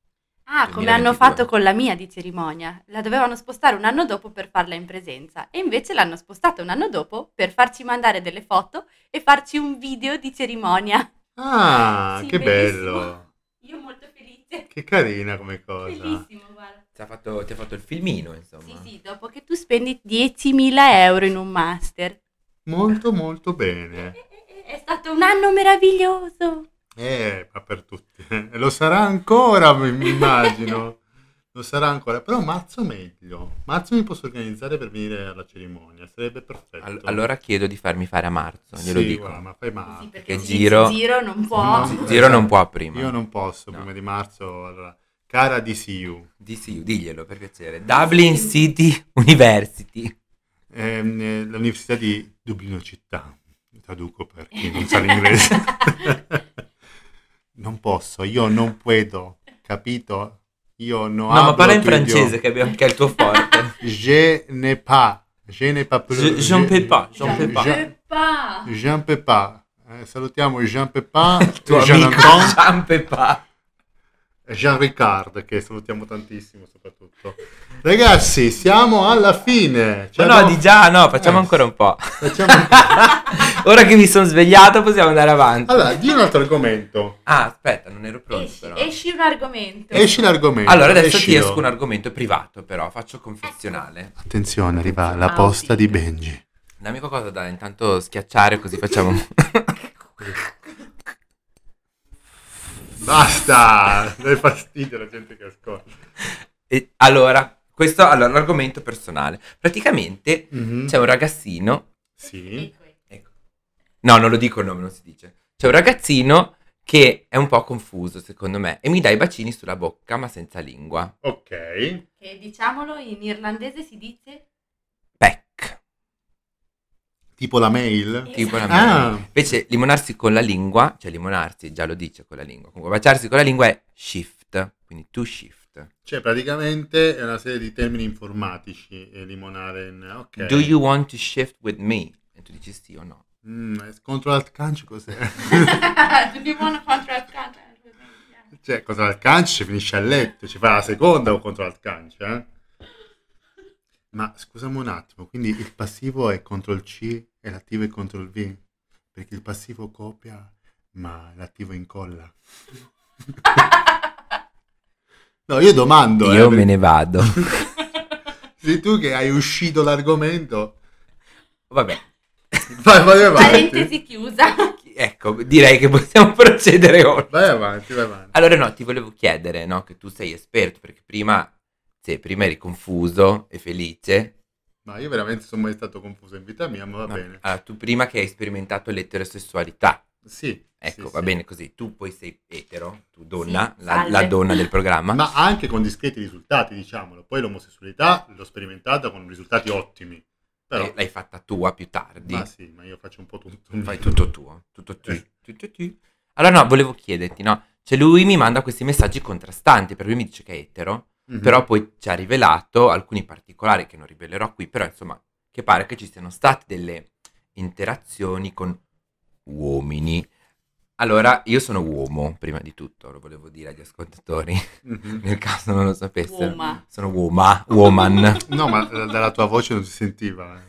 S3: Ah,
S2: 2022.
S3: come hanno fatto con la mia di cerimonia. La dovevano spostare un anno dopo per farla in presenza e invece l'hanno spostata un anno dopo per farci mandare delle foto e farci un video di cerimonia.
S1: Ah,
S3: Sì,
S1: che
S3: bellissimo.
S1: bello.
S3: Io molto felice.
S1: Che carina come cosa.
S3: Bellissimo, guarda.
S2: Ti ha fatto, ti ha fatto il filmino,
S3: Sì,
S2: insomma.
S3: sì, dopo che tu spendi 10.000 euro in un master.
S1: Molto molto bene.
S3: Eh, eh, eh, È stato un anno meraviglioso.
S1: Eh, ma per tutti. E lo sarà ancora, mi mi immagino. Lo sarà ancora, però marzo meglio. Marzo mi posso organizzare per venire alla cerimonia, sarebbe perfetto.
S2: Al- allora chiedo di farmi fare a marzo, glielo
S1: Sì,
S2: dico.
S1: guarda, ma fai male.
S3: Sì,
S2: Che
S3: perché ci
S2: giro-
S3: dici, giro non può.
S1: Ah,
S3: Cioè,
S1: No.
S2: Il Giro non può a prima.
S1: Io non posso,
S2: No.
S1: prima di marzo, allora. Cara DCU,
S2: DCU, diglielo per piacere. Dublin City University.
S1: ehm, eh, l'Università di Dublino Città, traduco per chi non sa l'inglese. non posso, io non puedo, capito? Io non
S2: No, ma parla in
S1: tu idioma.
S2: francese che, abbiamo- che è il tuo forte.
S1: Je n'ai pas, je n'ai pas plus.
S2: Je- j'en peux pas, j'en
S1: je-
S2: peux pas.
S1: je-
S3: Peppa.
S1: Jean Pepin. Eh, salutiamo Jean Pepin,
S2: Il tuo
S1: Jean
S2: amico
S1: Anton,
S2: Jean Pepin.
S1: Jean Ricard, che salutiamo tantissimo soprattutto. Ragazzi, siamo alla fine. Ci
S2: Ma no,
S1: abbiamo-
S2: di già no, facciamo
S1: Eh,
S2: ancora un po'.
S1: facciamo-
S2: Ora che mi sono svegliato possiamo andare avanti.
S1: Allora, di un altro argomento.
S2: Ah, aspetta, non ero pronto
S3: Esci,
S2: però.
S3: esci un argomento.
S1: Esci l'argomento.
S2: Allora, adesso ti
S1: escilo.
S2: esco un argomento privato però, faccio confessionale.
S1: Attenzione, arriva la
S3: Ah,
S1: posta
S3: sì.
S1: di Benji.
S2: Dammi qualcosa da intanto schiacciare così facciamo...
S1: Basta! Dai fastidio la gente che ascolta.
S2: E allora, questo allora, l'argomento personale. Praticamente
S1: Mhm.
S2: c'è un ragazzino...
S1: Sì.
S2: Ecco. No, non lo dico il nome, non si dice. C'è un ragazzino che è un po' confuso secondo me e mi dà i bacini sulla bocca ma senza lingua.
S1: Ok.
S3: Che diciamolo in irlandese si dice
S2: Peck.
S1: Tipo la mail?
S2: Tipo una
S1: Ah.
S2: merda. Invece limonarsi con la lingua, cioè limonarsi già lo dice con la lingua, comunque baciarsi con la lingua è shift, quindi to shift.
S1: Cioè, praticamente è una serie di termini informatici eh, limonare in... Ok.
S2: Do you want to shift with me? E tu dici sì o no.
S1: Mm, contro l'alt cancio cos'è?
S3: Do you want to contract contract?
S1: cioè, contro l'alt cancio ci finisce a letto, ci fa la seconda o contro l'alt cancio, eh? Ma scusami un attimo, quindi il passivo è contro il C e l'attivo è contro il V? Perché il passivo copia, ma l'attivo incolla. No, io domando, eh,
S2: Io
S1: perché
S2: me ne vado.
S1: sei tu che hai uscito l'argomento.
S2: Vabbè,
S1: Vai, vai avanti.
S3: Parentesi chiusa.
S2: ecco, direi che possiamo procedere ora.
S1: Vai avanti, vai avanti.
S2: Allora no, ti volevo chiedere, no, che tu sei esperto, perché prima, sì, prima eri confuso e felice.
S1: Ma io veramente sono mai stato confuso in vita mia, ma va
S2: No, ah,
S1: bene.
S2: allora, tu prima che hai sperimentato l'eterosessualità,
S1: Sì,
S2: Ecco,
S1: Sì,
S2: va
S1: sì.
S2: bene così. Tu poi sei etero, tu donna,
S3: Sì,
S2: la, la
S3: salve.
S2: donna del programma.
S1: Ma anche con discreti risultati, diciamolo. Poi l'omosessualità l'ho sperimentata con risultati ottimi. Però,
S2: Eh, L'hai fatta tua più tardi.
S1: ma sì, ma io faccio un po' tutto. il mio.
S2: Fai tutto tuo, tutto tu, tutto tu. Allora no, volevo chiederti, no? Cioè lui mi manda questi messaggi contrastanti, per lui mi dice che è etero,
S1: Mhm.
S2: però poi ci ha rivelato alcuni particolari che non rivelerò qui, però insomma, che pare che ci siano state delle interazioni con uomini. Allora, io sono uomo, prima di tutto, lo volevo dire agli ascoltatori,
S1: Mhm.
S2: nel caso non lo sapessero.
S3: Uoma.
S2: Sono uoma, woman.
S1: No, ma da- dalla tua voce non si sentiva. eh.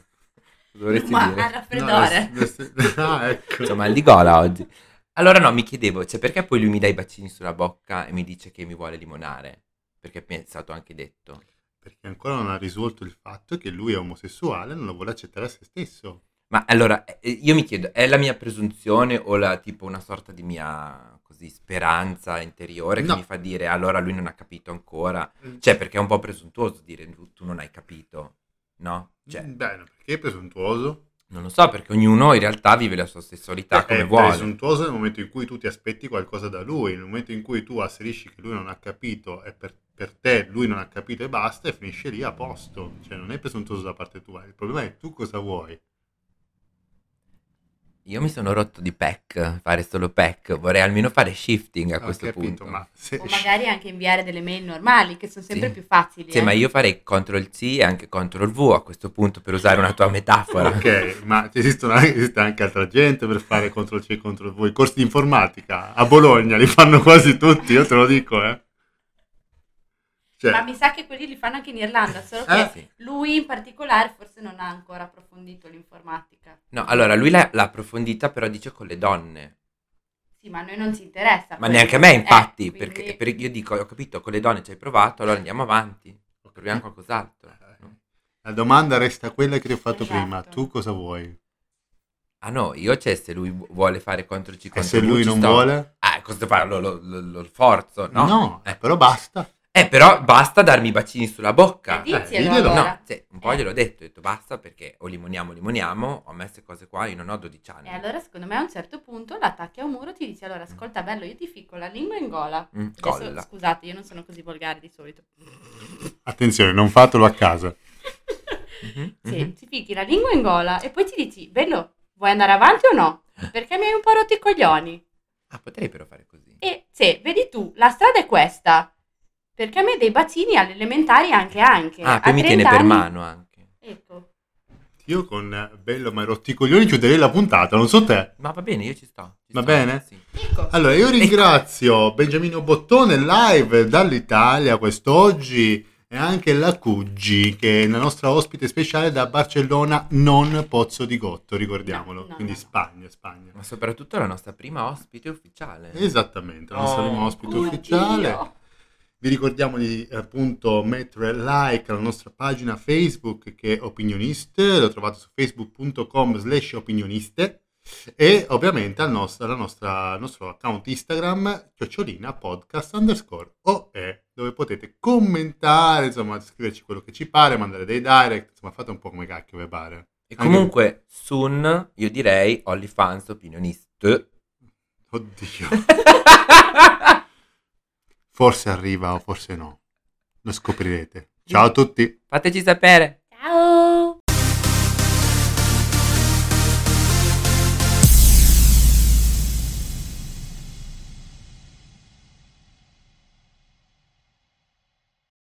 S2: eh, Dovresti
S3: Ma
S2: dire.
S3: al
S1: No,
S3: raffreddore.
S1: adesso- adesso- ah, ecco.
S3: Cioè,
S2: Insomma, mal di gola oggi. Allora no, mi chiedevo, cioè perché poi lui mi dà i bacini sulla bocca e mi dice che mi vuole limonare? Perché mi è stato anche detto.
S1: Perché ancora non ha risolto il fatto che lui è omosessuale e non lo vuole accettare a se stesso.
S2: Ma allora, eh, io mi chiedo, è la mia presunzione o la, tipo una sorta di mia così, speranza interiore che
S1: No.
S2: mi fa dire allora lui non ha capito ancora? Cioè perché è un po' presuntuoso dire tu, tu non hai capito, no? Cioè,
S1: Bene, perché è presuntuoso?
S2: non lo so perché ognuno in realtà vive la sua sessualità come
S1: Eh, è
S2: vuole.
S1: presuntuoso nel momento in cui tu ti aspetti qualcosa da lui, nel momento in cui tu asserisci che lui non ha capito e per, per te lui non ha capito e basta e finisce lì a posto. Cioè non è presuntuoso da parte tua, il problema è tu cosa vuoi.
S2: Io mi sono rotto di pack, fare solo pack, vorrei almeno fare shifting a
S1: Ho
S2: questo
S1: capito,
S2: punto.
S1: ma se...
S3: O magari anche inviare delle mail normali, che sono sempre
S2: Sì.
S3: più facili.
S2: Sì,
S3: eh.
S2: ma io farei CTRL C e anche CTRL V a questo punto per usare una tua metafora.
S1: Ok, ma esistono anche- esiste anche altra gente per fare contro C e contro voi. Corsi di informatica a Bologna li fanno quasi tutti, io te lo dico, eh. Cioè,
S3: Ma mi sa che quelli li fanno anche in Irlanda, solo che
S2: Eh, sì.
S3: lui in particolare forse non ha ancora approfondito l'informatica.
S2: No, allora lui l'ha, l'ha approfondita, però dice con le donne.
S3: Sì, ma a noi non ci interessa.
S2: Ma
S3: poi-
S2: neanche a me,
S3: Eh,
S2: infatti,
S3: quindi-
S2: perché, perché io dico, ho capito, con le donne ci hai provato, allora andiamo avanti, proviamo qualcos'altro. no?
S1: Eh, la domanda resta quella che ti ho fatto
S3: Esatto.
S1: prima, tu cosa vuoi?
S2: Ah no, io c'è se lui vu- vuole fare CTRL C, CTRL
S1: E Eh, se lui non vuole?
S2: Ah, cosa devo fare? Lo, lo- lo- lo forzo, no? Eh.
S1: però basta.
S2: Eh, però basta darmi i bacini sulla bocca.
S3: Eh, diglielo
S1: Eh, diglielo.
S3: allora.
S2: No, sì, un po'
S3: Eh.
S2: gliel'ho detto, ho detto basta perché o limoniamo, limoniamo, ho messo queste qua, io non ho 12 anni.
S3: E allora secondo me a un certo punto l'attacchi a un muro ti dice allora ascolta bello io ti ficco la lingua in gola.
S2: Mm,
S3: Adesso,
S2: colla.
S3: scusate io non sono così volgare di solito.
S1: Attenzione, non fatelo a casa.
S2: Mhm,
S3: sì,
S2: mhm.
S3: ti fichi la lingua in gola e poi ti dici bello vuoi andare avanti o no?
S2: Eh.
S3: Perché mi hai un po' rotto i coglioni.
S2: Ah, potrei però fare così.
S3: E se vedi tu, la strada è questa. Perché a me dei bacini alle elementari anche anche.
S2: ah,
S3: a
S2: poi mi
S3: 30
S2: tiene per
S3: anni-
S2: mano anche.
S3: Ecco.
S1: Io con eh, bello ma rotti i coglioni chiuderei la puntata, non so te.
S2: Ma va bene, io ci sto. ci
S1: Va
S2: sto,
S1: bene?
S2: Sì.
S3: Ecco.
S1: Allora, io ringrazio Benjamino Bottone live dall'Italia quest'oggi e anche la Cuggi che è la nostra ospite speciale da Barcellona, non Pozzo di Gotto, ricordiamolo,
S3: No, no,
S1: quindi
S3: no, no.
S1: Spagna, Spagna.
S2: Ma soprattutto la nostra prima ospite ufficiale.
S1: Esatto. Esattamente, la nostra
S2: Oh,
S1: prima ospite
S3: oddio.
S1: ufficiale. Vi ricordiamo di appunto mettere like alla nostra pagina Facebook che è Opinioniste, lo trovate su facebook.com slash opinioniste e ovviamente al nostro, alla nostra- al nostro account Instagram chiocciolina podcast underscore OE dove potete commentare, insomma scriverci quello che ci pare, mandare dei direct, insomma fate un po' come cacchio vi pare.
S2: E comunque, soon, io direi OnlyFans Opinionist.
S1: Oddio, forse arriva o forse no, lo scoprirete. Ciao a tutti!
S2: Fateci sapere.